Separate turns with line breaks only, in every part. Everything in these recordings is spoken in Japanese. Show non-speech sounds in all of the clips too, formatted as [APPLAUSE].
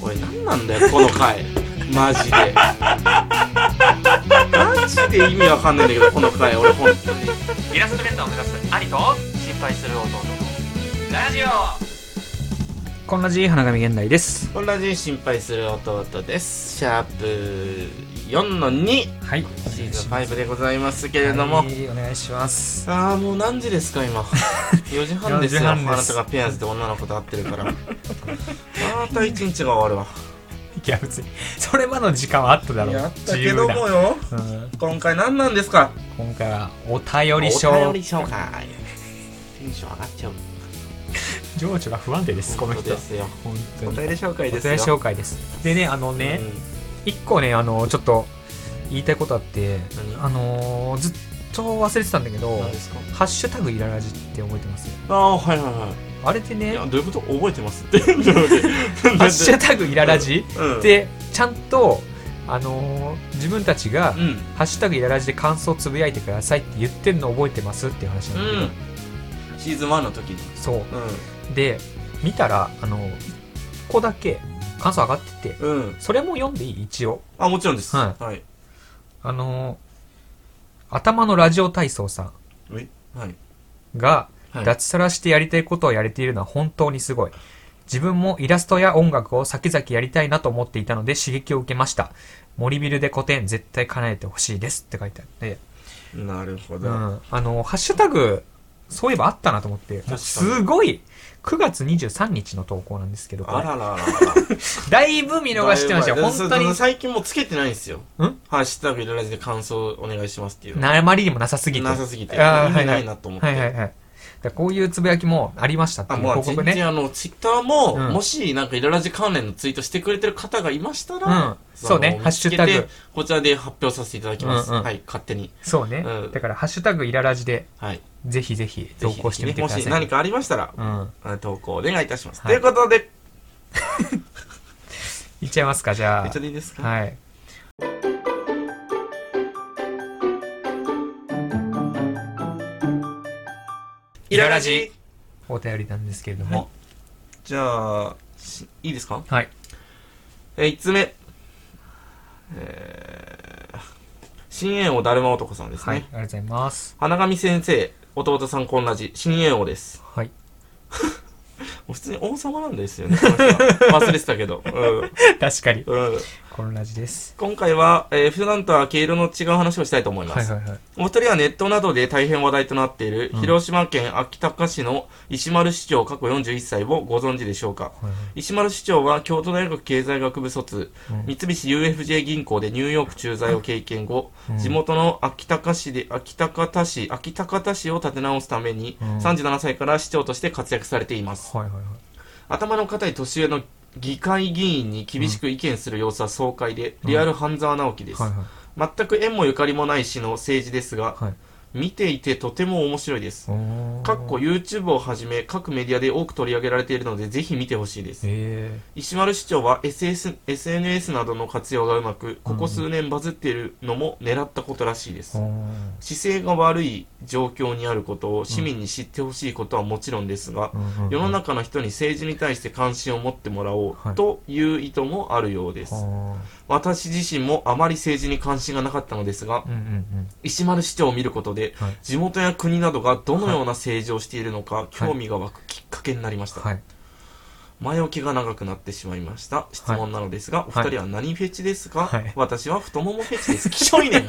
これ何なんだよこの回 [LAUGHS] マジでマジで意味わかんないんだけどこの回俺本当に
イラストレーターを目指す兄と心配する弟のラジオこんなじ花神現代です
同じ心配する弟ですシャープ4の2シ
はい
ーズン5でございますけれども、
はい、お願いします
ああもう何時ですか
[LAUGHS]
今4時半ですよ
4
あ
時半
な
です
たがペアーズで女の子と会ってるからまた一日が終わるわ
いや別にそれまでの時間はあっただろう
やったけどもよ
自由なうん、
今回何なんですか
今回はお便り
お便り
賞
紹介テンション上がっちゃう
情緒が不安定ですこの
本当
人
ですよ
本当
お
に
便り紹介
お便
で
り
すよ
紹介ですでねあのね、一個ねあのちょっと言いたいことあって
何
あのーずっと忘れてたんだけど
うん何ですか
「ハッシュタグイララジ」って覚えてます
ああはいはいは
あれって
いい
ね「
や
ハ
どういうこと覚えてますってどういう [LAUGHS] こと
ッシュタグイララジ」
うん
でちゃんとあのー自分たちが
うん
「ハッシュタグイララジ」で感想つぶやいてくださいって言ってんの覚えてますっていう話なんだけど、
うんシーズン1の時に
そううで見たらあの1個だけ感想上がってて
んうん
それも読んでいい一応
あもちろんです
はい
はい
あのー頭のラジオ体操さ
えはい
んが
はい
脱サラしてやりたいことをやれているのは本当にすごい。自分もイラストや音楽を先々やりたいなと思っていたので刺激を受けました。森ビルで個展絶対叶えてほしいですって書いてあって、
なるほ
う
ど
ん。あの、ハッシュタグ、そういえばあったなと思って、
かに
すごい、9月23日の投稿なんですけど、こ
あ
れ
らららら
だいぶ見逃してましたよ。
だいぶ
本当に
そう、最近もうつけてないんですよ
ん
ハッシュタグいらずで感想お願いしますっていうの
なあまりにもなさすぎて。
なさすぎて意
あーは
味
い
な
はいい。
なと思っ
はいは
て
いはい。だこういうつぶやきもありましたってい
あ
う
も
報
う全
告ね。
然あのツイッターも、
うん
もしなんかイララジ関連のツイートしてくれてる方がいましたら、
うんそうね
あの
ハッシュタグ
見つけてこちらで発表させていただきます、
うんうん
はい勝手に
そうね。
うん
だから、ハッシュタグイララジで
はい
ぜひぜひ
ぜ
投
ひ
稿してみてください。
ねもし何かありましたら、
うん。
あ投稿お願いいたします、
は
とい
い
うことで
いっちゃいますか、じゃ
めっちゃ
あ。
でいいですか、
はい。
イララジ
お便りなんですけれども。
じゃあしいいですか
はい。
え5つ目えー新猿王だるま男さんですね、
はい。ありがとうございます。
花神先生弟さんこんなじ新猿王です [LAUGHS]
はい。
もう普通に王様なんですよね。こ [LAUGHS] の人は忘れてたけど。う
確かに。
ん。うん。
このラジです。
今回は、えー普段とは毛色の違う話をしたいと思いま
はい
す。
はいはい。
お二人はネットなどで大変話題となっている、
うん
広島県秋高市の石丸市長過去41歳をご存知でしょうか石丸市長は京都大学経済学部卒、
う
三
ん
菱 UFJ 銀行でニューヨーク駐在を経験後、
うん
地元の秋高市で、秋高田市、秋高田市を立て直すために、
うん
37歳から市長として活躍されています。
はいはいはい。
頭の固い年上の議会議員に厳しく意見する様子は爽快で、
うん
リアル半沢直樹です、
はいはい。
全く縁もゆかりもない市の政治ですが、
はい
見ていてとても面白いです
おー
かっこ YouTube をはじめ各メディアで多く取り上げられているのでぜひ見てほしいです
え
石丸市長は SS SNS などの活用がうまくここ数年バズっているのも狙ったことらしいで
え。
す、
おー
姿勢が悪い状況にあることを市民に知ってほしいことはもちろんですが、
うんうんうん
世の中の人に政治に対して関心を持ってもらお
は
う
い
という意図もあるようです、
あ
私自身もあまり政治に関心がなかったのですが
ーうんうんうん。
石丸市長を見ることで
はい。
地元や国などがどのような政治をしているのか興味が湧くきっかけになりました、
はい。
[LAUGHS] 前置きが長くなってしまいました質問なのですが、
はい
お二人は何フェチですか、
はい
私は太ももフェチで
[LAUGHS]
すきしょいねん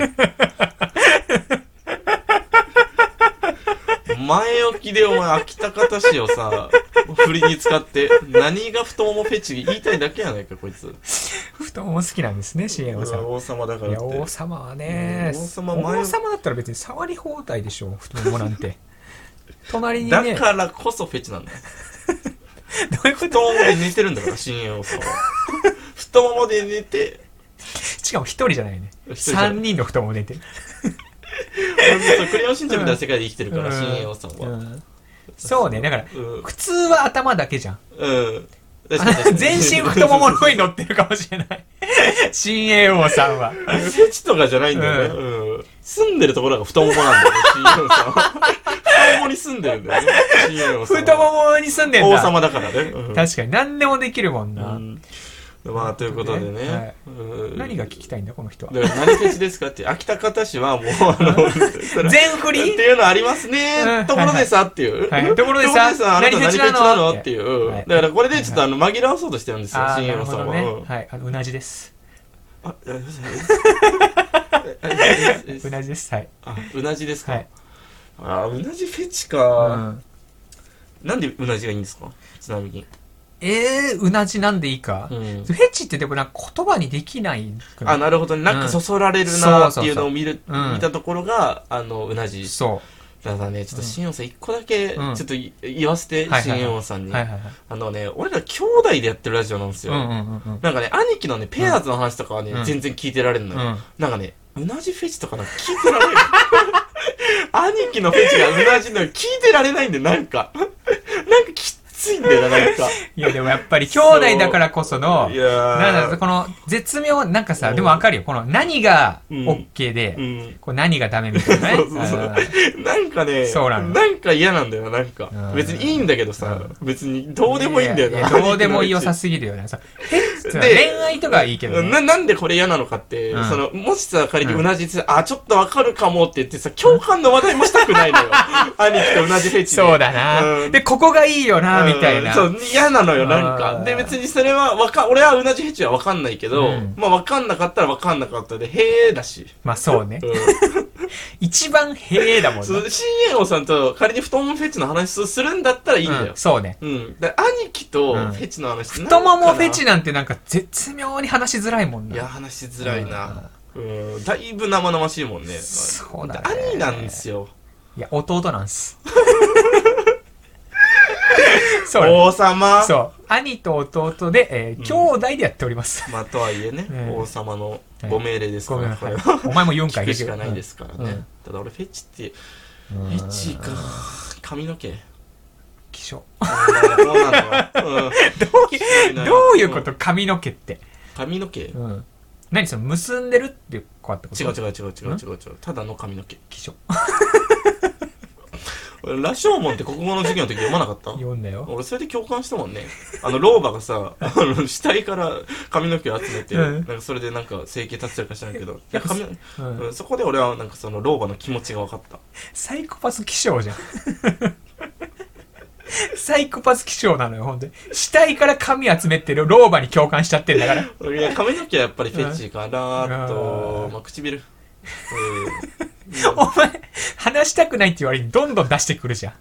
前置きでお前秋田方市をさ振りに使って何が太ももフェチ言いたいだけやないかこいつ
太もも好きなんですね、CM さん。
王様だか
い
らっ
や、
て
王様はね、
うん王様前を
王様だったら別に触り放題でしょ、太ももな
[LAUGHS]
んて。隣に
だ
ね、
からこそフェチなんだよ
どういうこと
太ももで寝てるんだから新栄王様は太ももで寝て
しかも一人じゃないね。
一人じゃない
三人の太もも寝てる。
ほんとクレヨンしんちゃんみたいな世界で生きてるから
うん
新栄王様は
うんそうね、だから、
うん
普通は頭だけじゃん。
うん。確かに確かに
全身太ももの上に乗ってるかもしれ
[LAUGHS]
ない。新栄王さんは。
フェチとかじゃないんだよね。うん。住んでるところが太ももなんだ
[LAUGHS]
よね、新栄王さんは。太ももに住んでるんだよね、新栄王さんは。
太ももに住んでんだ。
王様だからね。うん
確かに、何でもできるもんな。
うんまあということでね、
はい
うん
何が聞きたいんだこの人は
だから何フェチですかって秋田方市はもうあのそれ
[LAUGHS] 全振り
っていうのあります
う
ね
ん。
ところでさっていう。
はいはいところでさ
[LAUGHS] あなた何フ
何フェチ
ェ
な
チ
の
なのっていう
はい。
だからこれでちょっとあの紛らわそうとしてるんですよ、
ああ
新
なる
山
ほ
さん
ど
は。うん
ねはいあのうなじです
あ、いやいやいやいや
うなじですはい
あ、うなじです
は
か
い。
あ、うなじフェチ
う
か。
ん
なんでうなじがいいんですかちなみに。
えーうなじなんでいいか
うん
フェチってでもなんか言葉にできないくない
あ、なるほどね。なんかそそられる
う
なんっていうのを見る、
そうそうそううん
見たところが、あの、うなじ。
そ
ただね、ちょっと新王さん一個だけ、ち
う
ょ
ん
っとい言わせて
はいは、いはい
新王さん
う
に
は。いはいはい
あのね、俺ら兄弟でやってるラジオなんです
うん
よ。
うんうんうん
なんかね、兄貴のね、ペアーズの話とかはね、
うん
全然聞いてられるのよ。
うん
なんかね、うなじフェチとかなんか聞い [LAUGHS] てられる。兄貴のフェチがうなじの聞いてられないんで、なんか。なんかきっついんだよな、なんか。
いやでもやっぱり兄弟だからこその
いやー
なんだろうこの絶妙なんか
う
さ
ん
でもわかるよこの何が
うん
OK で、
うん。
こう何がダメみたいなね
そうそうそう
あ
なんかね、
そうなの
んか嫌なんだよな、なんか
うん。
別にいいんだけどさ、別にどうでもいいんだよ
や
な。
やどうでも良さ
す
すぎるよねそう
で
恋愛とかはいいけどね
ななんでこれ嫌なのかって、
うん
そのもしさ仮に
うん
同じさ、あちょっとわかるかもって言ってさ共感の話題もしたくないの
[LAUGHS]
よ兄貴と同じフェチで
そうだな、
うん
でここがいいよな、みたいな
うんそう嫌なのよなん
あ
か
ー
で別にそれはわか俺は同じフェチはわかんないけど、
うん
まあわかんなかったらわかんなかったでへえだし、
まあそうね
う
一番へえだもん
ん、
な
そう CA 王さんと仮に太ももフェチの話をするんだったらいいんだ
う
よ
ん、そうね
うんで兄貴と
うん
フェチの話
太ももフェチ
な
なんてなんか絶妙に話しづらいも
ん
ん
かないや
な
話しづらいな、うん、だいぶ生々しいもんね
そうだね
兄なんですよ
いや弟な
[LAUGHS]
んすそうだね
王様
そう。兄と弟で、えー兄弟でやっております。
[LAUGHS] まあとはいえね、
ね
王様のご命令ですか
ごめん
ら、
な
こ
さ
れ
い
は。。
お前も4
聞
回。
くしかないですすから
う
ね
ん。
ただ俺フェチって、
フ
フェチか。髪の毛。うん
気象。
そうなのよ。ど
どういうこと髪の毛って。
髪の毛違う
うん。何その結んでるっていう子ってこと
違う
う。
違う違う違う違う。ただの髪の毛。
気象。
俺羅生門って国語の授業の時読まなかった
読んだよ。
俺それで共感したもんね。あの老婆がさ、 [LAUGHS] あの死体から髪の毛を集めて、
う
なん
ん
かそれでなんか整形立ててるか知らんけど、いや髪の
うん
うんそこで俺はなんかその老婆の気持ちが分かった。
サイコパス気象じゃん。 [LAUGHS] サイコパス気象なのよ、ほんとに。死体から髪集めてる老婆に共感しちゃってんだから。
いや髪の毛はやっぱりフェチかな
う
と
ん、
まあ、唇、
お前、話したくないって言われにどんどん出してくるじゃ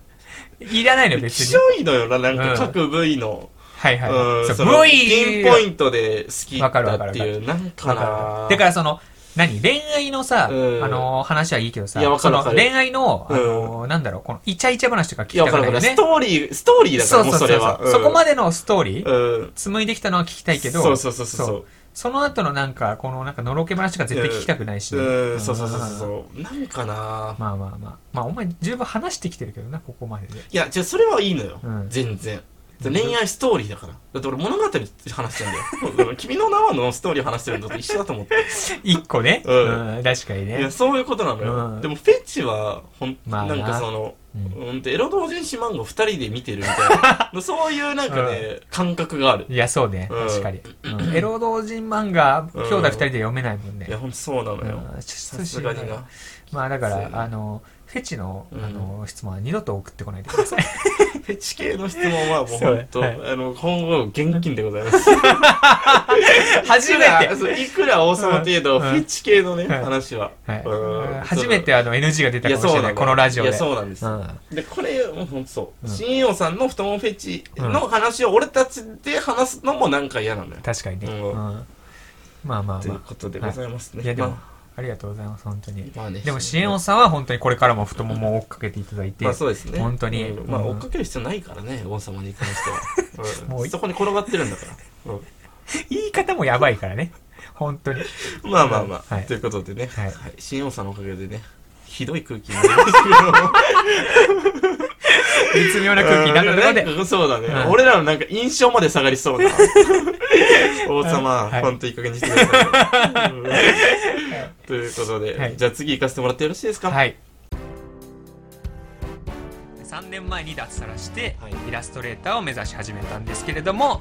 ん。いらないの
うん、
よ、別
き
に
し。ょいのよななん
う
か
ん
各部位の、
はいはいは
うん
い。
そ
そう
の
部位
ピンポイントで好きだ
わかるわか
っ
る
ていうなんか
わ
な
かるだからその、何恋愛のさ、あ
うん
のー、話はいいけどさ、
いやわか
そ
るわ
の
かる
恋愛の、あのー、なんだろう、このイチャイチャ話とか聞
い
き
や
た
わかる
くな
わ
い
かる、ス
よね
ト。ーリーストーリーだか
そ
ら
う
もう
そうそ
そうれ
そ
は
う。そこま
で、
でのストーリ
う
ー、
ん、
紡いできたのは聞きたいけど、
そうそうそうそう
そうその後のなんか、このなんか、のろけ話とか絶対聞きたくないし。
うん、そうそうそうそう
うん。
そうなんかな
まあまあまあ。まあ、お前十分話してきてるけどな、ここまでで。
いやじゃあそれはいいのよ、
うん
全然恋愛ストーリーだからだって俺物語話してんだよだ
[LAUGHS]
から君の名はのストーリー話してるのと一緒だと思って
一個 [LAUGHS] ね。
う
うんん、確かに
いや
ね。
そういうことなのよ、
うん
でもフェチはほん、
まあ
な
なん
かその、
うん
うんとエロ同人誌漫画を2人で見てるみたい
[LAUGHS]
なそういうなんかね、感覚がある
いや、そうね。
うん
確かに。うんエロ同人漫画、
うん
兄弟二人で読めないもんね
い。やほんとそうなのよ、
うんちょっ
さ
と
す
知
が
らな
に
い
な
まあだか
そうや
ら、
な
あの、フェチの、あ
うん
の、質問は二度と送ってこないでく
[LAUGHS]
ださい。
フェチ系の質問はもうほんと、
そうは
あの今後現金でございます
初
いく
め
ら
て、
そういくら王様程度、
うん
フェチ系のね、
うん
話は、うん
[LAUGHS] はい、初めてあの NG が出たかもしれな
の
い、このラジオで。
いやそうなんです、
うん
でこれもうほんとそう、
うん
新王さんの太ももフェチの話を俺たちで話すのもなんか嫌なのよ、
確かにね。
う
うんんまあまあ
という
ま
ことでございます
あ。
ね。
いやでも
ま、
ありがとうございます、本当に
あ、。まあね。
でも、支援をさんは本当にこれからも太ももを追っかけていただいて
まあ、そうですね。
本当に
うんまあ、
うん
追っかける必要ないからね、王様に関
[LAUGHS]
しては。うん
もうい
そこに転がってるんだから。うん
言い方もやばいからね。本当に。
まあまあまあ、
はい
ということでね、
はい
はい新王さんのおかげでね、ひどい空気になりました
絶妙
けど。
な空気になったところで
う、んなんか [LAUGHS] そうだね、
うん
俺らのなんか印象まで下がりそう
[LAUGHS]
な。王様、
はい
ほんといい加減にしてください。うんということで、
はい
じゃあ次行かせてもらってよろしいですか、
はい。3年前に脱サラして、
はい
イラストレーターを目指し始めたんですけれど
はい
も、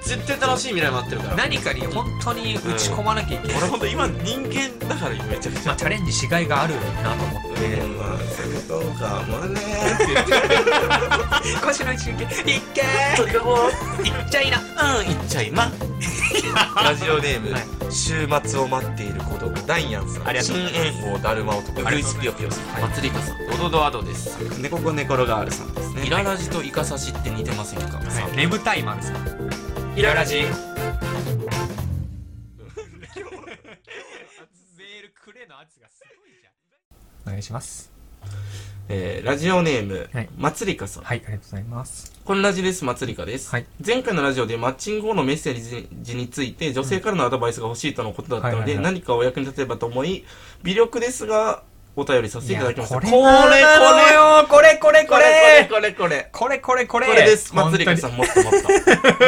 絶対楽しい未来待ってるから
何かに本当に打ち込まなきゃいけない、
俺ほんと今人間だからめちゃくち
まあ、
ゃ
チャレンジしがいがあるなと思って、
まあそうかもねー
[LAUGHS]
って言って
今週の一撃いっけ
取り囲もう
ーいっちゃいな
うんいっちゃいまラジオネーム、
は
週末を待っている孤独ダイアンさん
ありがとう
新
ございます
援護だるま男
あ
ル
り
イ
がとう
ス
ござ
ピ
い
ヨ
ま
ピヨさん
すはい
まつりかさんドドドアドです猫子猫ロガールさんですねイララジとイカサシって似てませんかさん
眠たい丸さん
イララジ
メールくれの圧がすごいじゃんお願いします
えーラジオネーム、
はい
まつりかさん。
はいありがとうございます
こんラジです、まつりかです。
はい
前回のラジオでマッチング後のメッセージについて女性からのアドバイスが欲しいとのことだったの
はいはい
で、
はい
何かお役に立てればと思い、微力ですが、お便りさせていただきました。
いやなのよこれこれ
これこれこれこれこれ
これこれこれ
これです、ま
本
つ
当
り
に
かさん、もっともっと。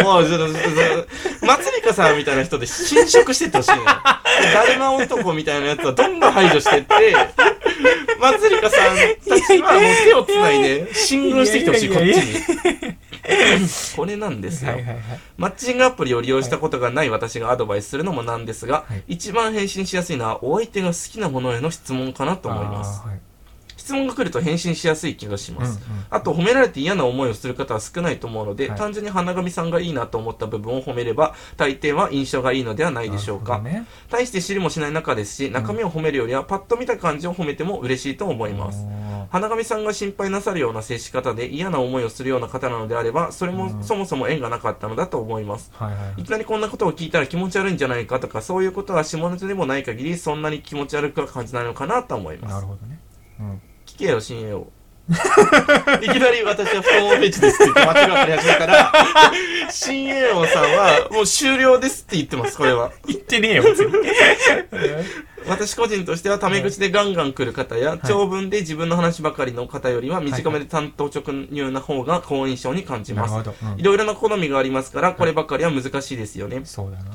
もう、ちょっと、ちょっとまつりかさんみたいな人で侵食してってほしいのよ。だるま男みたいなやつはどんどん排除してって、まつりかさんたちはもう手をつないで、進軍してきてほしい、
い
こっ
や
ち
いやいやい
に。これなんですよ
はい。はいはい
マッチングアプリを利用したことがない私がアドバイスするのもなんですが、
はい
一番返信しやすいのはお相手が好きなものへの質問かなと思います
あ。ーはい
質問が来ると返信しやすい気がします。
うんうん
あと褒められて嫌な思いをする方は少ないと思うので、
はい
単純に花神さんがいいなと思った部分を褒めれば大抵は印象がいいのではないでしょうか、
なる
大して知りもしない中ですし中身を褒めるよりはパッと見た感じを褒めても嬉しいと思い
ほどね
ます、
あ
花神さんが心配なさるような接し方で嫌な思いをするような方なのであればそれも、
うん
そもそも縁がなかったのだと思います
ーはいはい
いきなりこんなことを聞いたら気持ち悪いんじゃないかとかそういうことは下ネタでもない限りそんなに気持ち悪くは感じないのかなと思います
なるほどねうん
聞けよ、信
[LAUGHS]
用。いきなり私は不幸フェチですって言って間違われ始めた
[LAUGHS]
ら、新栄王さんはもう終了ですって言ってます、これは。
言ってねえよ別に
私個人としてはタメ口でガンガン来る方や、長文で自分の話ばかりの方よりは短めで担当直入な方が好印象に感じ
[LAUGHS] な
ま
るほ
す。
どうん
いろいろな好みがありますから、こればかりは難しいですよね。
そうだな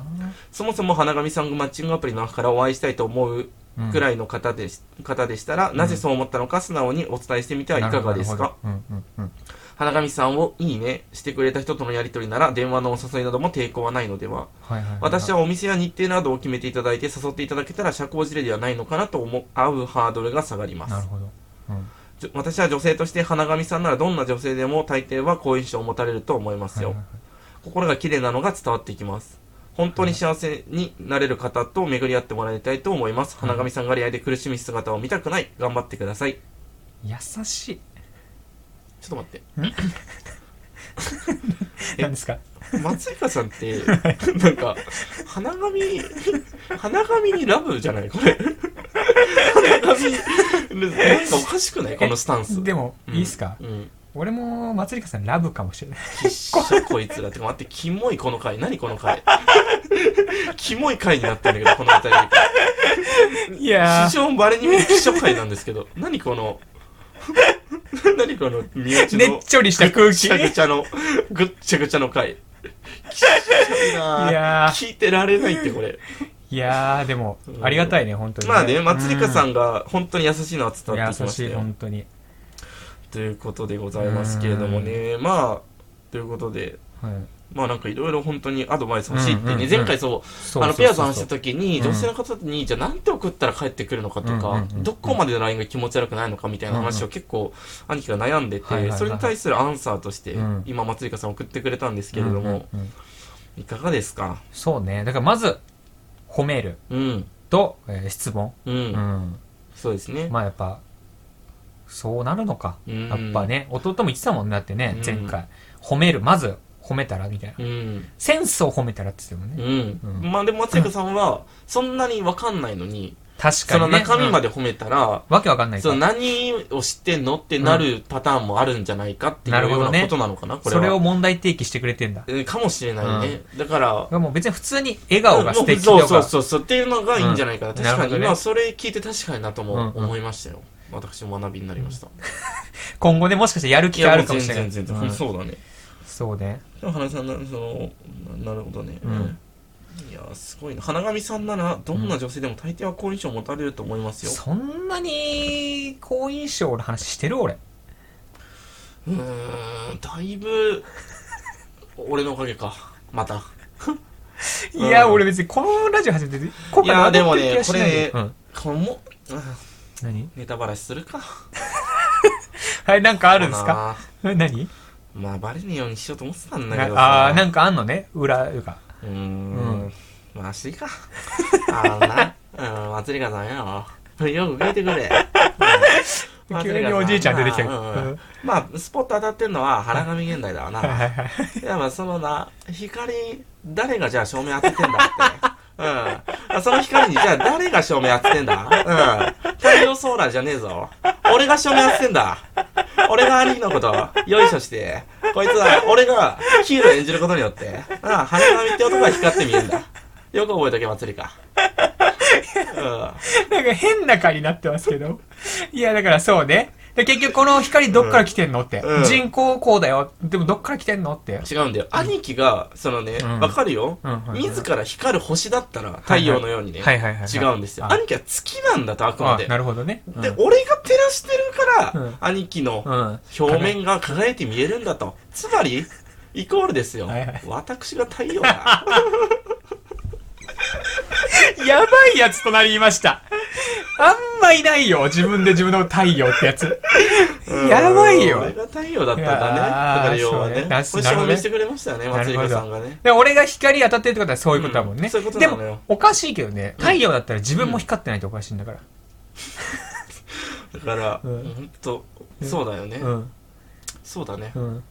そもそも花神さんがマッチングアプリの中からお会いしたいと思う
うん
くらいの方でし,、方でしたら、なぜそう思ったのか素直にお伝えしてみてはいかがですか
なるほどうんうんうん
花神さんを「いいね」してくれた人とのやり取りなら電話のお誘いなども抵抗はないのでは
はいはいい
私はお店や日程などを決めていただいて誘っていただけたら社交辞令ではないのかなと思う合うハードルが下がりま
なる
す
ほどうん
じょ私は女性として花神さんならどんな女性でも大抵は好印象を持たれると思いますよ、
はいはい
心が綺麗なのが伝わってきます本当に幸せになれる方と巡り合ってもらいたいと思います
はい
花神さんが恋愛で苦しみ姿を見たくない頑張ってくださいちょ
優しい
っと待ってえ
何ですか
松井香さんって、なんか、花紙、花紙にラブじゃないこれ。花紙、なんかおかしくないこのスタンス。
でも、
うん
いいっすか
うん。
俺もまつりかさんラブかもしれない
きっしょこいつら。てか待って、キモいこの回。何この回。キモい回になってるんだけど、この辺り。
いや
非常にバレに見るきっしょ回なんですけど。何この、何この身内
ー
の。
ねっちょりした空
ぐっ
気
ちゃぐ
い
ちゃの、ぐっちゃぐちゃの回。
やー
聞いてられないって、これ。
いやーでも
うん
ありがたいね本当に
まあね、まつりかさ
うん
が本当に優しいのは伝わってき
優
ました
しい
よ。
本当に
ということでございますけれどもね、まあ、ということで、
はい
まあなんかいろいろ本当にアドバイス欲しいって
うんうん
ね
う、ん
前回そう、
そう
あの、
そう
ペアさん話
そう
し
そ
た
う
時に、
うん
女性の方に、じゃあなんて送ったら帰ってくるのかと
うんう
か
んうんう、ん
どこまでの LINE が気持ち悪くないのかみたいな話を結構、兄貴が悩んで
はいはい
て、
はい
それに対するアンサーとして
うん、
今、まつりかさん送ってくれたんですけれども、
うんうんうん
いかがですか
そうねだからまず褒める
うん、
と、えー質問
う、
うんん
そうですね。
まあやっぱそうなるのか
うん
やっぱ。ね弟も言ってたもんねだってね
うん
前回褒めるまず褒めたらみたいな
うん。
センスを褒めたらって言ってたもん
う
ね
ん
うん
まあでも松井さんはそんなに分かんないのに、
確か
その
にね
中身ま
で
で褒めたら、
わけわかんないか
そ
ら
の何を知ってんのってなるパターンもあるんじゃないかってい
な
う
るほ
よ
ど
うな
ね
ことなのかな、これ
そ
は。
れを問題提起してくれてんだだか
うんかもしれないね。だから、
らもう別に普通に笑顔が素敵
そう
と
そう
か
そうそうっていうのがいいんじゃないかな。
うん
確
な
か
るほ
に、
どね
今それ聞いて確かになとも
うんうん
思いましたよ。私も学びになりました。
今後ねもしかしてやる
い
気が
や、
あ
も
る
う
かも
全
しれない
然全然、
うん
そうだね。
そうね
でも花さんな、その、ななるほどね。
うん
いやすごいな花神さんならどんな女性でも大抵は好印象を持たれると思いますよ、
そんなに好印象の話してる俺
うーんだいぶ俺のおかげかまた。
いや、
うん
俺別にこのラジオ初めて、今
いや
回
でも
登っ
ね
てる気が、し
こ
ない
れ
よ。うん。、
これも、あ
何
ネタバラシするか。
はい、なんかあ
あ
るんですかえ何
まあ、バレねえようにしようと思ってたんだけど
ああー、な
か。
んんかあんのね。裏が。
うー
うん
ん。まあ、しい
[LAUGHS]
か。あーな、うん、祭りがダメだよ。よく聞いてくれ。うん
[LAUGHS] 急におじいちゃん出てきたけど
まあ
うん
まあ、スポット当たってんのは原上現代だわな。
はいはいはい。 [LAUGHS]
いや、まあ、そのな、光、誰がじゃあ照明当ててんだって。
[LAUGHS]
うんあ。その光に、じゃあ誰が照明当ててんだうん。太陽ソーラーじゃねえぞ。俺が照明当ててんだ。俺が兄貴のこと、よいしょして、こいつは、俺がヒーロー演じることによって、うん、花神って男が光って見えるんだ。よく覚えとけ、祭りか。
なんか変な回になってますけど。いや、だからそうね。で結局この光どっから来てんのって。
うん
人工光だよ。でもどっから来てんのって。
うん。違うんだよ。兄貴が、そのね、
うん
わかるよ
うんうんうん。
自ら光る星だったら、太陽のようにね、
はいはいはいはい。
違うんですよ。
あ
兄貴は月なんだと、あくま
あ
で。
なるほどね。
で、
うん
俺が照らしてるから、
うん
兄貴の
うん。
表面が輝いて見えるんだと。つまり、イコールですよ。
はいはい
私が太陽だ。
やばいやつ隣にいました。あんまいないよ。自分で自分の太陽ってやつ。 [LAUGHS] やばいよ
俺が太陽だったんだね。
いや
だ
ー
から要は
そう
ね、
ね
こ
な
れ
るほどね
証明してくれましたよね、
なる
松
ほど
井さんがね。
で俺が光当たってるってことはそういうことだもんね。
うんそういうこと
で
なのよ
も、おかしいけどね。太陽だったら自分も光ってないとおかしいんだから。
だから、
う
ほ
ん
んと、そうだよね
う。ん。
そうだね。
うん。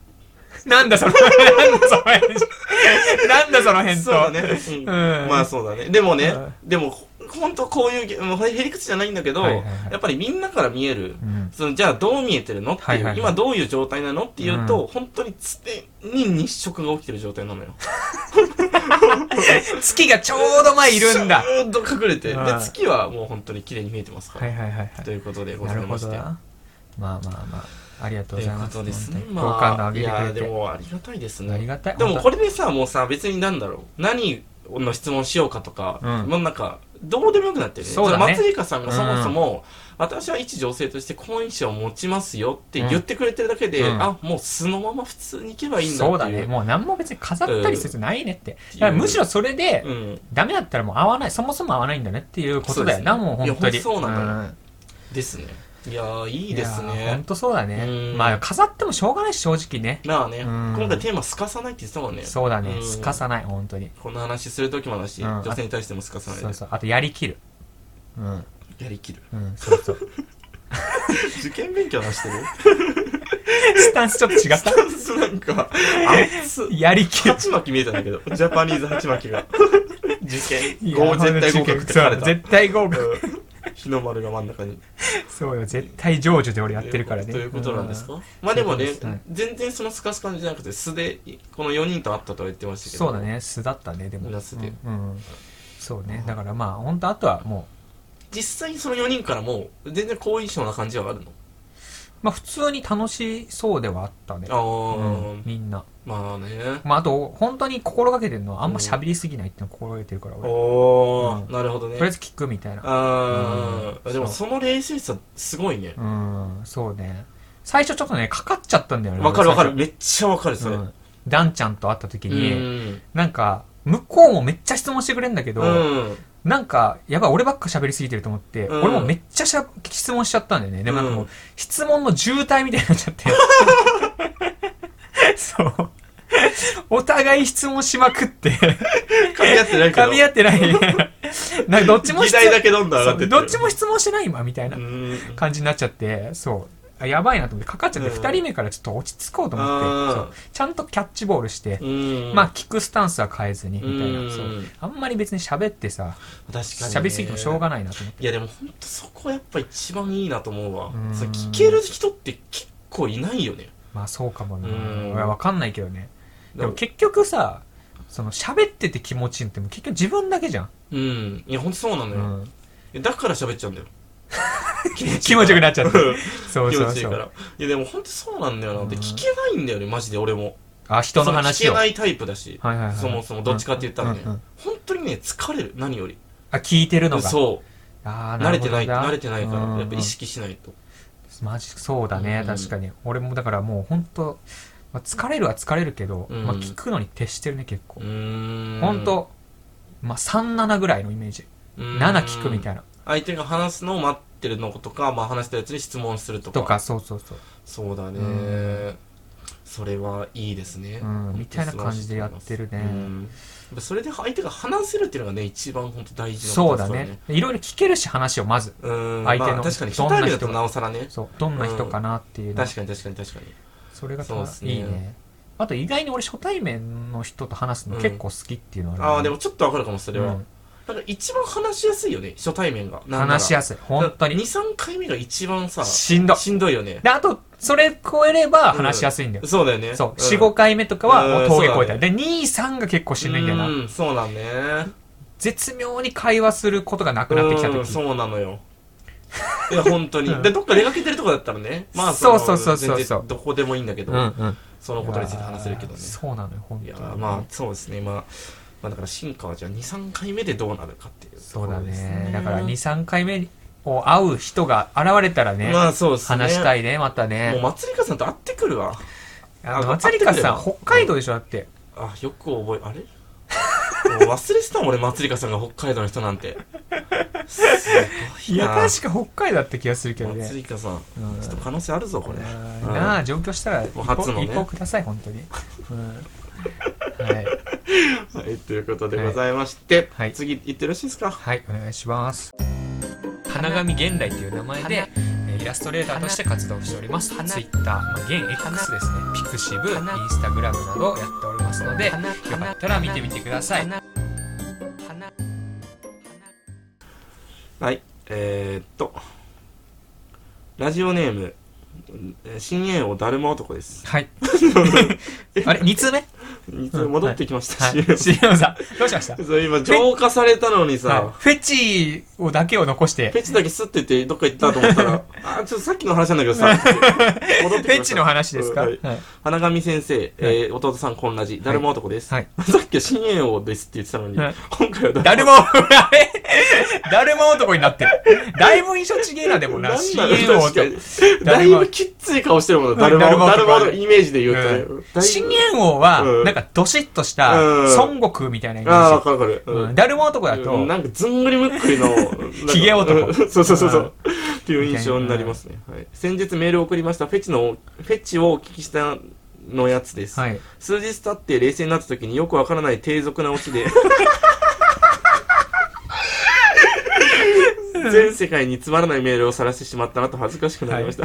なんだその、なんだその返事。なんだその返答。
そうだね。うん
うん
まあそうだね。でもね
うん、
でも、ほほんとこういうげ、もうへりくつじゃないんだけど、
はいはいはい
やっぱりみんなから見える、
うん
そのじゃあどう見えてるのっていう、
はいはいはい
今どういう状態なのっていうと、本当に常に日食が起きてる状態なのよ。
月がちょうど前いるんだ。
ずーっと隠れて、で
うん
月はもう本当に綺麗に見えてますから。
はいはいはいは
ということで
い。
ご
な
ざい
るほ
まし
ど
て。
な。まあまあまあ。ありがと
と
うご
い
ざいう
こ
ます。
とですね。
本当に好感度
ま
上
あ、い
げてく
や
れ
で
て。
もありがたいです
あり
ね。
がた
[LAUGHS]
い。
でも
本
これでさ、もうさ、別になんだろう。何の質問しようかとか、
うん
もうなんか、どうでもよくなってるね。
そうだね
松井香さんがそもそも、私は一女性として好印象を持ちますよって言ってくれてるだけで、
うん
あ、もう素のまま普通に行けば
当
いい
に
んだっていう。
そうだね。もう何も別に飾ったりする必要ないねって。
うん
だからむしろそれで、
うん。
ダメだったらもう合わない、そもそも合わないんだねっていうことだよな、
そうですね
もう本当に。
いやそうなんだよ
ん
ですね。いやー、いいです
いやー
ね
本。当そうだね
う。ん
まあ飾ってもしょうがないし、正直ね。
まあね、
うん
今回テーマすかさないって言ってたもんね。
そうだね。
ん
すかさない、本当に。
この話するときもだし、
うん
女性に対してもすかさない
そう
で
そう。あと、やりきる。うん。
やりきる。
うん、そうそう。
受験勉強なしてる [LAUGHS]
スタンスちょっと違った
なんか、熱い。
やり
[LAUGHS]
きる。
鉢巻き見えたんだけど、ジャパニーズ鉢巻きが。受
い
験。
や
合絶対合格って書かれ
そう
た。
絶対合格。
うん日の丸が真ん中に。
そうよ。絶対成就で俺やってるからね。
ということなんです
う
かまあでもね
そういうことです、
全然そのスカスカじゃなくて、素で、この4人と会ったとは言ってましたけど。
そうだ。ね。素だったね、でも。
夏で
うん。うんそうね。だからまあ、本当あとはも
実際にその4人からも、全然好印象な感じはあるの
う、まあ普通に楽しそうではあったね。
あ
う
あ
ん、みんな。
まあね。
まあ、あと、本当に心がけてるのは、あんま喋りすぎないっていうのを心がけてるから、俺。と
おー、
う
なるほど
り
ね
あえ。ず聞くみたいな。
あ
うん
ー、でも
そ
その冷静さすごいね。
うん、そうね。最初ちょっとね、かかっちゃったんだよね。
わかるわかる。
俺
めっちゃわかる、
最
それ。
初。う。
うん
ダンちゃんと会った時に、
ん。
なんか、向こうもめっちゃ質問してくれんだけ
う
ど、
ん。
なんか、やばい、俺ばっか喋りすぎてると思って、
うん
俺もめっちゃしゃ質問しちゃったんだよね。でもなんかも
う、
うん質問の渋滞みたいになっちゃって。 [LAUGHS] そう。お互い質問しまくって。
噛み合ってないけど。
噛み合ってない。
[LAUGHS]
なんかどっちも
議
質
題だけどんどん上がって
そう
る
どっちも質問してない今みたいな
うん。
感じになっちゃって、そう。あやばいなと思って、かかっちゃって、
うん
二人目からちょっと落ち着こうと思
あ
っ
ー
てそう、ちゃんとキャッチボールして、
うん。
まあ、聞くスタンスは変えずに、みたい
うん
な。そう。あんまり別に喋ってさ、
確かに。
喋りすぎてもしょうがないなと思って。
いやでもほんとそこやっぱ一番いいなと思うわ
うん。
それ聞ける人って結構いないよね。
まあ、そうかもな。
うん
俺はわかんないけどね。で
で
も
も
結局さ、その喋ってて気持ちいいのってもう結局自分だけじゃん。
うん。いやほんとそうなの
う
よ。
ん。
だから喋っちゃうんだよ。
[LAUGHS] 気持ちよくなっちゃって。そう
気
そ
持
う
ちいい
そ
から
う。。
いやでもほんとそうなんだよなって
うん
聞けないんだよね、マジで俺も。
あ、人の話
その聞
を。
けないタイプだし。
はいはいはい。
そもそもどっちかって言ったらね
うんうんうん。
本当にね、疲れる。何より。
あ、聞いてるのが。
そう。
あー
慣れてない、
るほど
慣れてないか
うんうん
ら、やっぱ意識しないと。
マジ、そうだね、
うん
確かに。俺もだからもう本当まあ、疲れるは疲れるけど、
うん
まあ、聞くのに徹してるね結構、
うーん
ほんと、まあ、37ぐらいのイメージ、7聞くみた
いない
な
相手が話すのを待ってるのとか、まあ、話したやつに質問するとか
とかそうそうそう、
そうだね、
うん
それはいいですね、
うんみたいな感じでやってるね
うんやっぱそれで相手が話せるっていうのがね一番本当大事な
そう
こと
だ
よ
ねいろいろ聞けるし話をまず
うん
相手の
まあ、確かに
ど
初
ん
対
な人
面だとなおさらね
そうどんな人かなっていうの、
確かに確かに確かに
それが
そうっすね
いいねあと意外に俺初対面の人と話すの結構好きっていうのは
ああ
る
でもちょっとわかるかもそれは、
うん
なんか一番話しやすいよね初対面が
話しや
すい
すい本当に
23回目が一番さ
しんど
しんどいよね
であとそれ超えれば話しやすいんだよ、
そうだよね
そう45回目とかはもう峠越えた
う
り
ん
で23が結構しんどいんだよな
うんそうなんね
絶妙に会話することがなくなってきた
うん
時
そうなのよいや本当に、
うん
でどっか出かけてるとこだったらねまあ
そう
の
そうそうそう
全然どこでもいいんだけど、
ん
そのことについて話せるけどね
そうなのよ本
いや
当に
ーまあそうですねまあまあだから進化はじゃあ23回目でどうなるかっていうと
そ
こ
うだ
ろです
ねだから23回目を会う人が現れたらね、
まあそうですね
話した
い
いねまた
もう
ね
松かさんと会ってくるわ
あの
あ
松里香さん
会ってく
北
れば
海道でしょだって
あよく覚えあれ [LAUGHS] もう忘れてたもん俺松かさんが北海道の人なんてすご
い
いな
や確か北海道だった気がするけどね
松かさんち
うん
ょっと可能性あるぞこれうん
なあ上京したら一
もう初
歩
のね
一歩ください本当に、うん、はい
はい、ということでございまして、
はい
次行ってよろしいですか
はい、お願いします。花神現代という名前で、えーイラストレーターとして活動しております。
花
Twitter、まあ、現 X ですね、ピクシブ、Instagram などをやっておりますので、よかったら見てみてください。
はいえー、っとラジオネームえー新栄王だるま男です
[LAUGHS] はい。あれ、2通目
いつ戻ってきました、
はい。
CM
塩さん、どうしました
そう今浄化されたのにさ、
はいフェチをだけを残して、フ
ペチだけ吸っててどっか行ったと思った
[LAUGHS]
らあーちょっとさっきの話なんだけどさ戻ってきました
ェチの話ですか、
うん
は
はい
い、はい。
花神先生、えー弟さんこんなじだるま男です、 [LAUGHS] さっきは新栄王ですって言ってたのに、
はい
今回は
だる
ま
ま、あれだるま男になってる。だいぶ印象ちげえな、でもな。
なんなの
CM を
確かにだいぶきっつい顔してるもんな、だるま
だるま
を、だるま
と
の
か
イメージで言うとね。
う
だいぶ
信玄王は、
うん
なんかドシッとした、
うん
孫悟空みたいなイメ
ああ、わ
ージ。
かるわかる。
う、
うんん
だるま男だ
う
と
ん、なんかずんぐりむっく [LAUGHS] りの、
ひげ男
なんかうんそうそうそうそう。っていう印象になりますね。はい、先日メールを送りました、フェチの、フェチをお聞きしたのやつです。
はい。
数日経って冷静になった時によくわからない低俗なオチ
[LAUGHS]
で全世界につまらないメールを晒してしまったなと恥ずかしくなりました、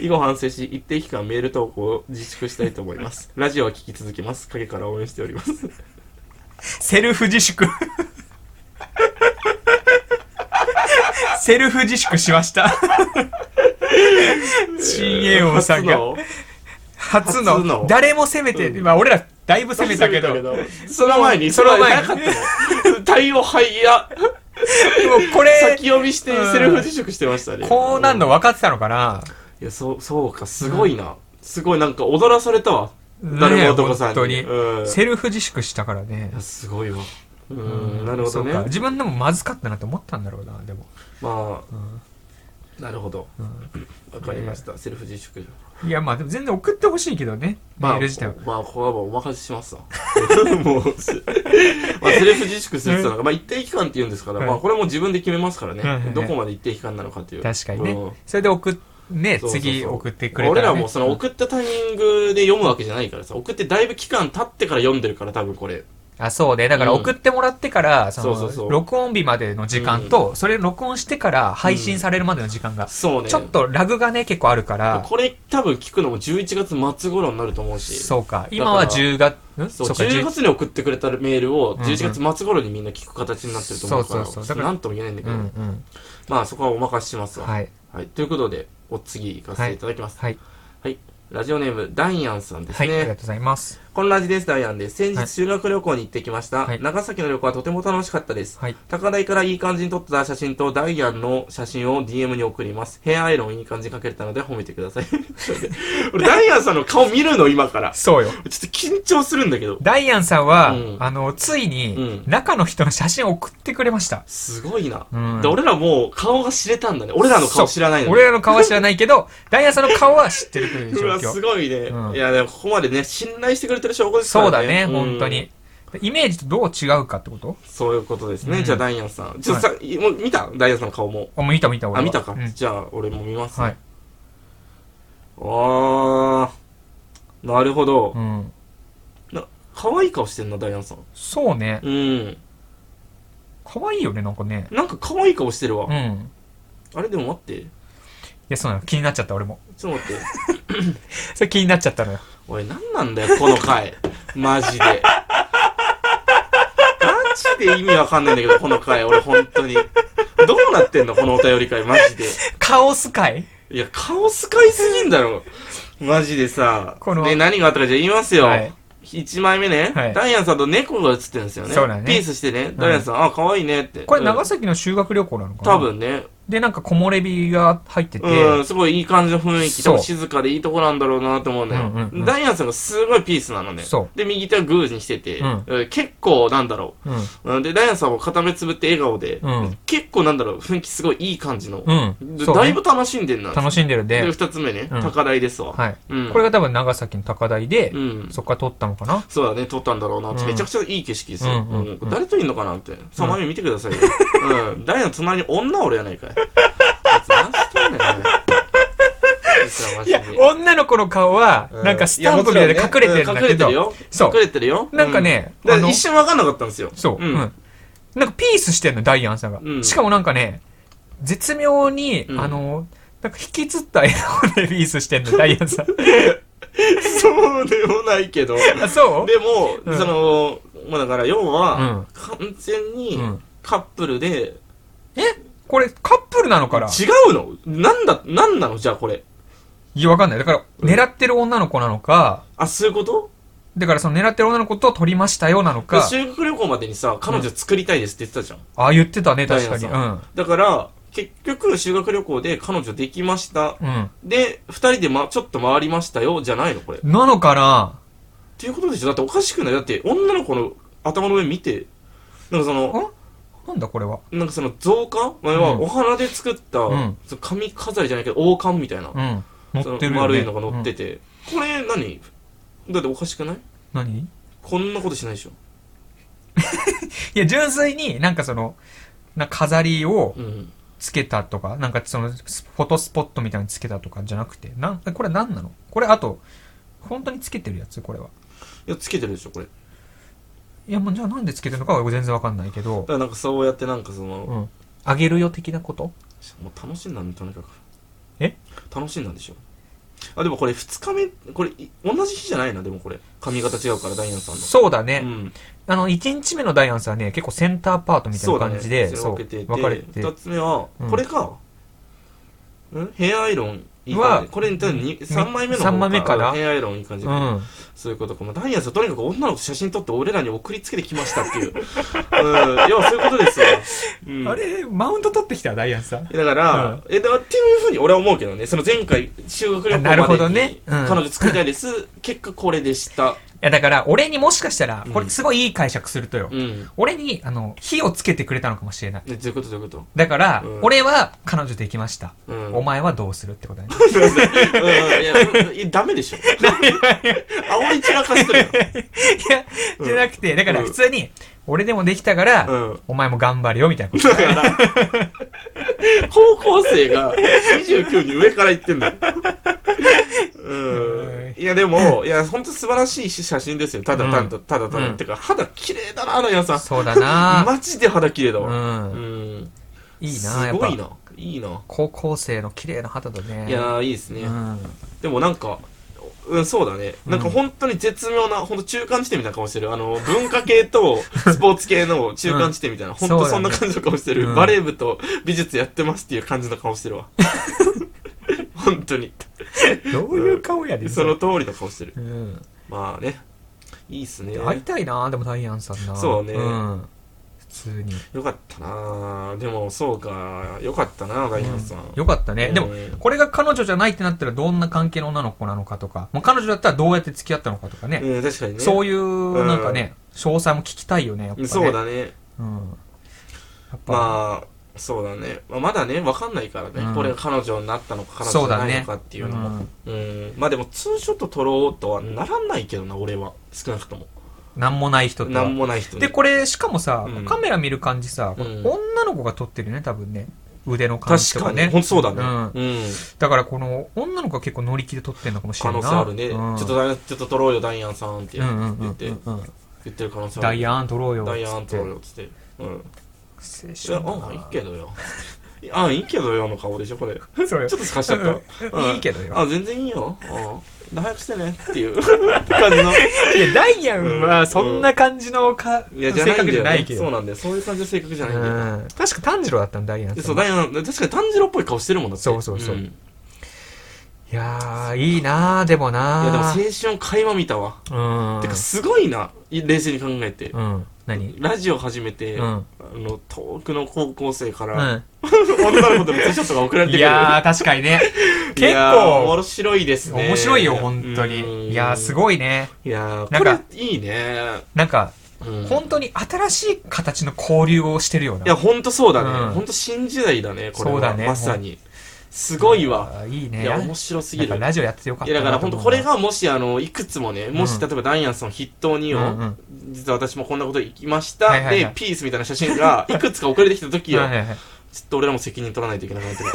以後反省し一定期間メール投稿を自粛したいと思いますラジオは聞き続けます陰から応援しております
セルフ自粛。 [LAUGHS] セルフ自粛し
[LAUGHS]
ました。新猿王さんが
初の
初の
初の
誰も攻めて、まあ俺らだいぶ攻めた
[LAUGHS]
けど、もう
その前に
その前に
その前なかったの対応はいや
これ
先、読みしてセルフ自粛してましたね
こうなんの分かってたのかな、
いや、そう、そうか、すごいな。すごい、なんか踊らされたわ。
ねえ
誰も男さんに。
本当に
うん。い
セルフ自粛したからね
や、。すごいわ。うん、なるほど
そうか
ね。
自分でもまずかったなと思ったんだろうな、でも。
まあ、
うん
なるほど。わかりました。セルフ自粛。
いや、まあでも全然送ってほしいけどね、メ
まあ、
ール自体は。
まあ、ここはもうお任せし
[LAUGHS]
ますわ。もう、まあ、セルフ自粛するって言ったのが、まあ、一定期間って言うんですから、
はい
まあ、これも自分で決めますから
はいはいは
ね。
い
どこまで一定期間なのかっていう。
確かにね、
うん
それで送っね
そうそうそう
次送ってくれた
俺
ね
らもその送ったタイミングで読むわけじゃないからさ、送ってだいぶ期間経ってから読んでるから、多分これ。
あそうでだから
うん
送ってもらってから、その
そうそうそう
録音日までの時間と、それ録音してから配信されるまでの時間が、
そうね。
ちょっとラグがね結構あるから、
これ多分聞くのも11月末頃になると思うし。
そうか今は10月ん
そう。
か
10月に送ってくれたメールを
ん
11月末頃にみんな聞く形になってると思うから、
そうそうそうだから
なんとも言えないんだけ
う
ど、
んうん
まあそこはお任せしますわ。はい。
はい
ということで、お次行かせていただきます。
はい
ラジオネーム、ダイアンさんです
はい、
ね。
ありがとうございます
こんなじです、ダイアンです。先
はい
日修学旅行に行ってきました。
はい
長崎の旅行はとても楽しかったです。
はい。
高台からいい感じに撮った写真とダイアンの写真を DM に送ります。ヘアアイロンいい感じにかけれたので褒めてください。 [LAUGHS] 俺、ダイアンさんの顔見るの、今から。ちょ
そうよ。
っと緊張するんだけど。
ダイアンさんは、
うん
あの、ついに、
うん
中の人の写真を送ってくれました。
すごいな。
うん
で、俺らもう顔が知れたんだね。俺らの顔知らないの
そう
ね
俺らの顔は知らないけど、 [LAUGHS] ダイアンさんの顔は知ってるという
う
状
わ、
況
す。ごいね。
うん
いや、でもここまでね、信頼してくれてる証拠ですからね。
そうだね、
ん
本当に。イメージとどう違うかってこと
そういうことですね。
うん
じゃあ、ダイアンさん。ちょっとさ、もう見たダイアンさんの顔も。
あ、見た見た、俺は
あ、見たか。
うん
じゃあ、俺も見ます、
はい。
あー、なるほど
う。ん。
可愛い顔してんな、ダイアンさん。
そうね。
うん。
可愛いよね、なんかね。
なんか可愛い顔してるわ。
うん。
あれ、でも待って。
いや、そうなの。気になっちゃった、俺も。
ちょっと待って。
それ気になっちゃったのよ。
おい、なんなんだよ、この回。マジで。マジで意味わかんないんだけど、この回。俺、本当に。どうなってんのこのお便り会、マジで。
カオス界
いや、顔使いすぎんだろ。マジでさ。
この
ね、何があったかじゃあ言いますよ。
はい
1枚目ね、
はい
ダイアンさんと猫が写ってるんですよね。
そうだね
ピースしてね。ダイアンさん、あ、可愛いねって。
これ長
す、
崎の修学旅行なの
う
か
ん
な
多。分ね。
で、なんか木漏れ日が入ってて、
うん、すごいいい感じの雰囲気。
そ
多
う
分静かでいいとこなんだろうなと思うね、
うんうんうん
ダイアンさんがすごいピースなのね。
そ
で、右手はグーにしてて、
うん
うん結構なんだろ
うん。
う。うんで、ダイアンさんも片目つぶって笑顔で、
うん
結構なんだろう、雰囲気すごいいい感じの。
うん。
で
そうね
だいぶ楽しんでんな。
楽しんでる
で、
で、
二つ目ね、
うん
高台ですわ。
はい。
うん
これが多分長崎の高台で
う、ん。
そっから撮ったのかな。
そうだね、撮ったんだろうなって、
うん
めちゃくちゃいい景色ですよ。
うんうんうん
うん誰といんのかなって。さ、前見てくださいよ。うん。誰の隣に女俺やないかい。あいつ何してんねん、あれこいつらマ
い
ジ
や
で、
女の子の顔は、
う
なんかスタンプみたいで
やも
隠
ち
れ
ろ
て
ね
るんだ
うん
け
隠れてる
ど、
よ。
そう
隠れてるよ。
なんかね
うんだか
あ
ら
の
一瞬分かんなかったんですよ。
そう、うんん。なんかピースしてんの、ダイアンさんが。
うん
しかもなんかね、絶妙に、
うん
あの、なんか引きつった笑顔でピースしてんの、ダイアン [LAUGHS] さん。
そうでもないけど。で
あ、そう
も、
うん
その、まあだから要は、完全
う
に
ん。
カップルで、
これ、カップルなのから。
違うのなんだ、なんなのじゃあこれ。
いや、わかんない。だから、狙ってる女の子なのか、
あ、そういうこと
だからその狙ってる女の子と撮りましたよなのか、
修学旅行までにさ、彼女作りたいですって言ってたじゃん。
ああ、言ってたね、確かに。
ダ
う
イア
ん。
だから、結局、修学旅行で彼女できました。
うん。
で、二人で、ま、ちょっと回りましたよ、じゃないのこれ。っ
なのかな
ていうことでしょだっておかしくないだって、女の子の頭の上見て、なんかその、
なんだこれは。
なんかその造花前は
うん
お花で作った、
うん
その紙飾りじゃないけど、王冠みたいな。
うん。乗って
そ
るよ、ね。
の丸いのが乗ってて。これ何、だっておかしくない
うん。何い
こんなことしないでしょ。
や、純粋になんかその、な飾りを
うん。
つけたとか、なんかその、スフォトスポットみたいにつけたとかじゃなくて、なん、えこれ何なのこれあと、本当につけてるやつこれは。
いや、つけてるでしょ、これ。だか
いや、もうじゃあなんでつけてるのかは全然わかんないけど、
らなんかそうやってなんかその、
うん。あげるよ的なこと
もう楽しんだんとにかく
え
楽しんだんでしょあでもこれ2日目これい同じ日じゃないなでもこれ髪型違うからダイアンさんの
そうだね。
うん、
あの、1日目のダイアンスはね、結構センターパートみたい
そ
な
うだね
感じで、
それ分けてて
分かれてて
2。つ目は、
うん
これかんヘアアイロンいい
は
感じこれ多分に3枚目の方
三枚目かな
ヘアアイロンいい感じ、
うん。
そういうことか、まあ、ダイアンさんとにかく女の子と写真撮って俺らに送りつけてきましたっていう、 [LAUGHS] うん、要はそういうことです
[LAUGHS]
よ、うん、
あれ、マウント取ってきた、ダイアンさん。
だから、
うん
えだからっていうふうに俺は思うけどねその前回修学旅行
あなるほ
ま
ど
でに、
ねうん
彼女作りたいです [LAUGHS] 結果これでした
いや、だから、俺にもしかしたら
う、ん
これすごいいい解釈するとよ。
うん
俺に、あの、火をつけてくれたのかもしれない。
でどういうことどういうこ
だから、
うん
俺は彼女できました。
とうん
お前はどうするってことだね。
すいませんうんいやいやダメでしょ
[LAUGHS]
煽り散らかしてる
いや、じゃなくて、だから
うん
普通に、俺でもできたから、
やんうん
お前も頑張れよ、みたいなこと。
だから高校生が29に上から言ってんだようんいやでもいや本当素晴らしい写真ですよただただただただ、
うん
てか肌綺麗だなあの皆さん
そうだな
[LAUGHS] マジで肌綺麗だ
う。
わうんん
いいなや
す
っ
ご
ぱ
い。ないいな
高校生の綺麗な肌だね。
いやーいいですね、
うん。
でもなんかうん、そうだね。なんか本当に絶妙な、本当中間地点みたいな顔してる。あの、文化系
[LAUGHS]
とスポーツ系の中間地点みたいな。本当そんな感じの顔してる。
うん
バレー部と美術やってますっていう感じの顔してる
[LAUGHS]
わ。本当に。
どういう顔やで
その通りの顔してる。
うん。
まあね。いいっすね。
会いたいなでもダイアンさんな
そうね
ん、普通に
よかったなでも、そうか。よかったなダイアンさん。
よかったね、でも
うん
これが彼女じゃないってなったらどんな関係の女の子なのかとか、まあ、彼女だったらどうやって付き合ったのかとかね、
うん、確かにね。
そう
い
いうなんかね、詳細も聞きたいよねやっぱね
そうだね。
うん、やっぱ、
まあ、そうだね。まあまだね、わかんないからね。
うん
これが彼女になったのか、彼女
そう
じゃ
だ
ない
ね
のかっていうのも。
ん
うん。まあでも、ツーショット撮ろうとはならないけどな、俺は。少なくとも。
なんもない人とは
なんもない人に
でこれしかもさ、
うん
カメラ見る感じさ、
うん
女の子が撮ってるよね多分ね腕の感じ
確
と
か
か
に。
ね
ほんとそうだね。
うん
うん。
だからこの女の子は結構乗り気で撮ってんのかもしれ
可
な
能
いな
性あるね。ち
うん
ょっとダイアン、ちょっと撮ろうよ、ダイアンさんって
うんうんう
言っ
ん
て、
うんうん
言ってる可能性あ
ダ
る。
イアン撮ろうよ
ダイアン撮ろう
よ
よ、つって。うん。
青
いや、
春
あん、いいけ
ど
どよ。 [LAUGHS] あん、いいけどよの顔でしょ、これ。ちょ
それ
っと透かしちゃった。
うんいいけどよ
あ、全然いいよ。うん。早くしてねっていう感 [LAUGHS] じの。
いやダイアンはそんな感じのか、
いや、じゃ
性
ない
格
んだ
じゃ
よ、
ない
ね。
け
そ
ど
うなんだよ。そういう感じの性格じゃないんだよ。
うん確か炭治郎だったのダイアン
で
さ
そ
ん
う、ダイアン、確かに炭治郎っぽい顔してるもんだって。
そうそうそうん
い
いやーいいなーでも
や、でも青
なー
春垣間見たわ。
うん
てか、すごいな。い冷静に考えて。
うん何
ラジオ始めて、
うん
あの、遠くの高校生か
う
ら、
ん
女の子とのツーショットが送られてく
い
る。
やー、確かに
[LAUGHS]
ね。
い
結
やー
構、
面白いですね。
面白いよ、本当に。いやー、す
い。
ごいね。
いやー、
なんか
これいいね。
なんか、
うん
本当に新しい形の交流をしてるよう
いや、
な。
本当そうだね。
うん
本当新時代だね、これは。
そうだね
まさに。すごいわ。
あー。いい
い
ね。
や、
や
面白すぎ
なん
る。
かラジオやっててよかっ
い
た
や、
な
だ
と
から
思う
本当これ、がもし、あの、いくつもね、も
う
し、
ん
例えばダイアンさんを筆頭にを、
うんうん
実は私もこんなこと言いました。
はいはいはい
で、ピースみたいな写真
[LAUGHS]
が、いくつか送られてきた時よ、
は
ち
い
ょ
はいは
っ
い
と俺らも責任取らないといけなくなってくる。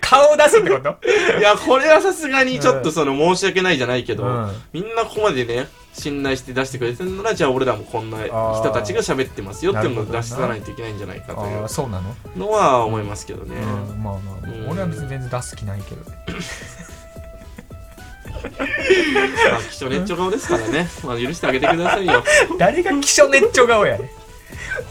顔を出すっ
[LAUGHS]
てこと
いや、これはさすがにちょっとその申し訳ないじゃないけど、
うん
みんなここまでね、信頼して出してくれてるなら、じゃあ俺らもこんな人たちが喋ってますよっていうのを出さないといけないんじゃないかと
あ
い
あ、そうなの
うのは思いますけどね
う。ん、まあまあまあ
うん。
俺は別に全然出す気ないけど。
まあ、貴重熱調顔ですから
[LAUGHS]
ね。まあ、許してあげてくださいよ。
誰が気象熱調顔やね。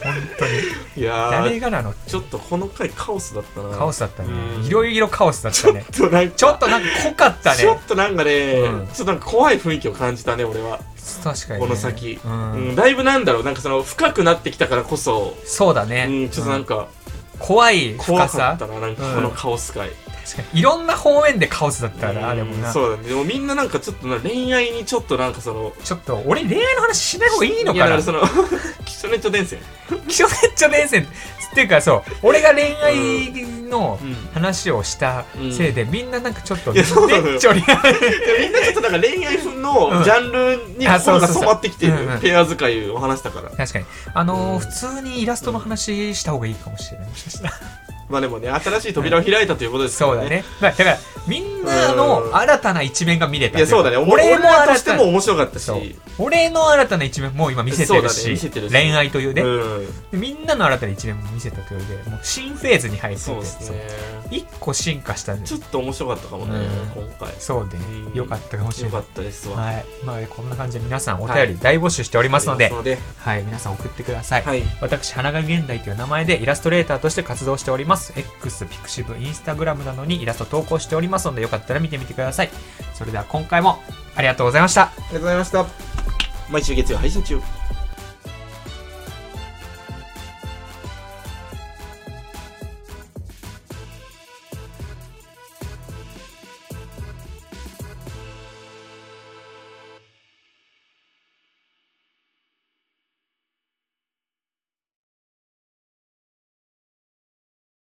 本当に。
いや
誰
ー、
がなの
ちょっとこの回カオスだったな。
カオスだったね
う。ん
いろいろカオスだったね。
ちょっとなんか、
ちょっとなんか濃かったね。
ちょっとなんかね、
うん
ちょっとなんか怖い雰囲気を感じたね、俺は。
確かにね、
この先
うん
うん、だいぶなんだろう、なんかその深くなってきたからこそ、
そうだね、
うん、ちょっとなんか
うん怖い
怖
深
か
さ
ったな、なんかこのカオス回。
確かにいろんな方面でカオスだったからあれも
うん
な
そうだねでもみんななんかちょっとな恋愛にちょっとなんかその
ちょっと俺恋愛の話しない方がいいの
や
かな
だからその [LAUGHS] キショネット伝説
気象めっちゃ伝染っていうかそう俺が恋愛の
うん
話をしたせいで、みんななんかちょっと
いやそうなのよ
ねっちょり
[LAUGHS] みんなちょっとなんか恋愛風のジャンルに
うんあそ
心が
うそうそう
染まってきてる
うんうん
ペア使いを話したから
確かにあのー
うん
普通にイラストの話した方がいいかもしれないも [LAUGHS] しかしたら
まあでもね新しい扉を開いたということですか
そう
ら
だ
ね
ねまあだからみんなの新たな一面が見れた
いやそうだね俺
俺も
らと
新
して
た
も
な
面白かったし
そう俺の新たな一面も今見せてる
そうだ
し,、
ね見せてるし
恋愛というね、
うん
でみんなの新たな一面も見せたというので、もう新フェーズに入ってて、
そうですね
そう一個進化したんで
ちょっと面白かったかもね
うん
今回
そうで、
うん
よかったかもしれ
よ
な
か
い。
ったですわ
はい。まあ、こんな感じで皆さんお
は
便
い
り大募集しておりますので、
あり
はい、
ますので
皆さん送ってください。
はい
私、花神現代という名前でイラストレーターとして活動しております。X、Pixiv、Instagram などにイラスト投稿しておりますので、よかったら見てみてください。それでは今回もありがとうございました。
ありがとうございました毎週月曜配信中